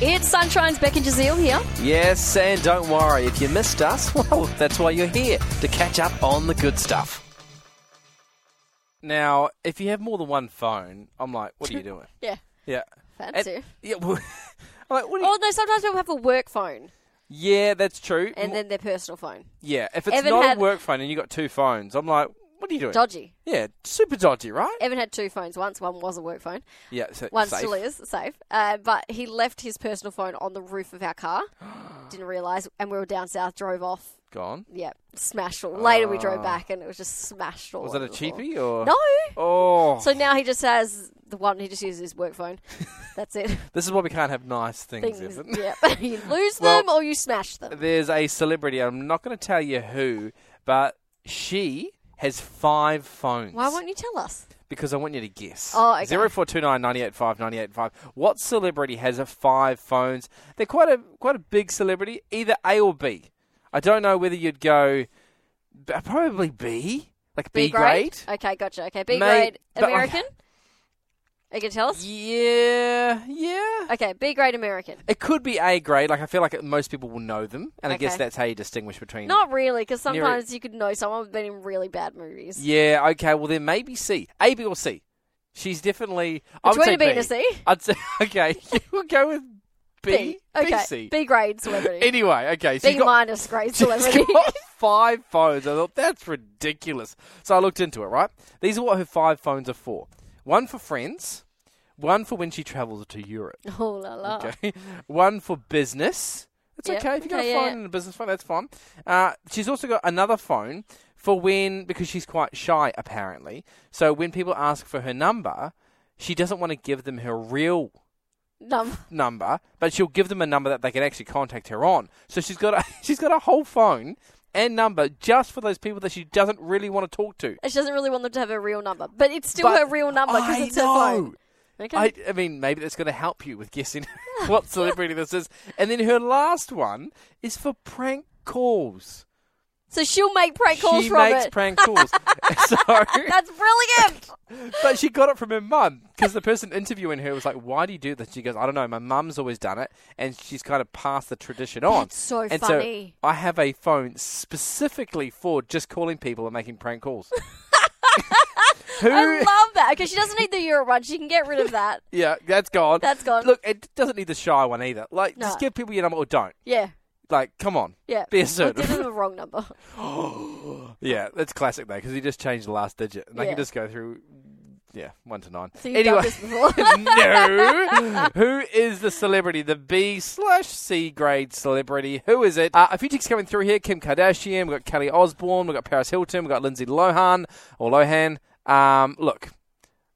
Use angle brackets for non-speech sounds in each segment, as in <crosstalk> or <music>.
It's Sunshine's Becky Jazeel here. Yes, and don't worry, if you missed us, <laughs> well, that's why you're here, to catch up on the good stuff. Now, if you have more than one phone, I'm like, what are <laughs> you doing? Yeah, Yeah. fancy. And- <laughs> yeah, well, I'm like, what are you- Although sometimes people have a work phone yeah, that's true. and M- then their personal phone. yeah, if it's Evan not had- a work phone and you got two phones, I'm like, what are you doing? Dodgy. Yeah, super dodgy, right? Evan had two phones once. One was a work phone. yeah, so One safe. still is safe. Uh, but he left his personal phone on the roof of our <gasps> car. Didn't realise, and we were down south. Drove off. Gone. Yeah, smashed all. Later we drove Oh. back, and it was just smashed all. Was that over a the floor. cheapie or No. Oh, So now he just has the one. He just uses his work <laughs> phone. That's it. this is why we can't have nice things. Things. Evan. Yeah. <laughs> you lose Well- them or you smash them. There's a celebrity. I'm not going to tell you who, but she has five phones. Why won't you tell us? Because I want you to guess. Oh, okay. Zero four two nine ninety eight five ninety eight five. What celebrity has a five phones? They're quite a quite a big celebrity, either A or B. I don't know whether you'd go b- probably B, like B, grade. Okay, gotcha. Okay, B Mate, grade but like- American. Are you can tell us. Yeah, yeah. Okay, B grade American. It could be A grade. Like I feel like it- most people will know them, and I guess Okay. that's how you distinguish between. Not really, because Near it. sometimes you could know someone who's been in really bad movies. Yeah. Okay. Well, then maybe C, A, B, or C. She's definitely. I would Between say a B and B. a C. I'd say <laughs> okay. We'll go with B. Okay. B, C. B grade celebrity. Anyway, okay. So B you got, minus grade <laughs> she's celebrity. <laughs> got five phones. I thought that's ridiculous. So I looked into it. Right. These are what her five phones are for. One for friends. One for when she travels to Europe. <laughs> oh la la. <laughs> Okay. One for business. It's Yep. okay if you got Okay, a yeah, phone yeah. and a business phone. That's fine. Uh, she's also got another phone for when because she's quite shy apparently. So when people ask for her number, she doesn't want to give them her real Num- number, but she'll give them a number that they can actually contact her on. So she's got a, <laughs> she's got a whole phone and number just for those people that she doesn't really want to talk to. she doesn't really want them to have her real number, but it's still But her real number because I it's her know. phone. Okay. I, I mean, maybe that's going to help you <laughs> with guessing <laughs> what celebrity this is. And then her last one is for prank calls. so she'll make prank calls she from makes it. <laughs> prank calls. <laughs> so, That's <laughs> brilliant. but she got it from her mum because the person interviewing her was like, "Why do you do this?" She goes, "I don't know. My mum's always done it, and she's kind of passed the tradition on." That's so and funny. So I have a phone specifically for just calling people and making <laughs> prank calls. Who? I <laughs> love that. Okay, she doesn't need the Euro one. She can get rid of that. yeah, that's gone. That's gone. Look, it doesn't need the shy one either. Like, just No. give people your number or don't. Yeah. Like, come on. Yeah. Be Or assertive. give them the wrong <laughs> number. Yeah, that's classic though, because he just changed the last digit, and I Yeah. can just go through. Yeah, one to nine. So you've done anyway, <laughs> this <laughs> before. no. Who is the celebrity? The B slash C grade celebrity. Who is it? Uh, a few chicks coming through here. Kim Kardashian. We've got Kelly Osbourne. We've got Paris Hilton. We've got Lindsay Lohan or Lohan. Um, look,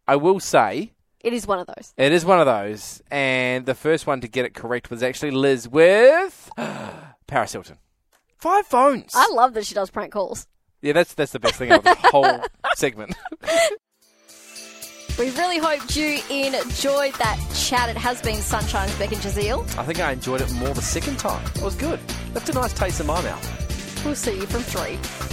I will say It is one of those. it is one of those, and the first one to get it correct was actually Liz with <gasps> Paris Hilton. Five phones. I love that she does prank calls. Yeah, that's that's the best thing out of the whole segment. We really hoped you enjoyed that chat. It has been Sunshine's Beck and Jazeel. I think I enjoyed it more the second time. It was good. That's a nice taste in my mouth. We'll see you from three.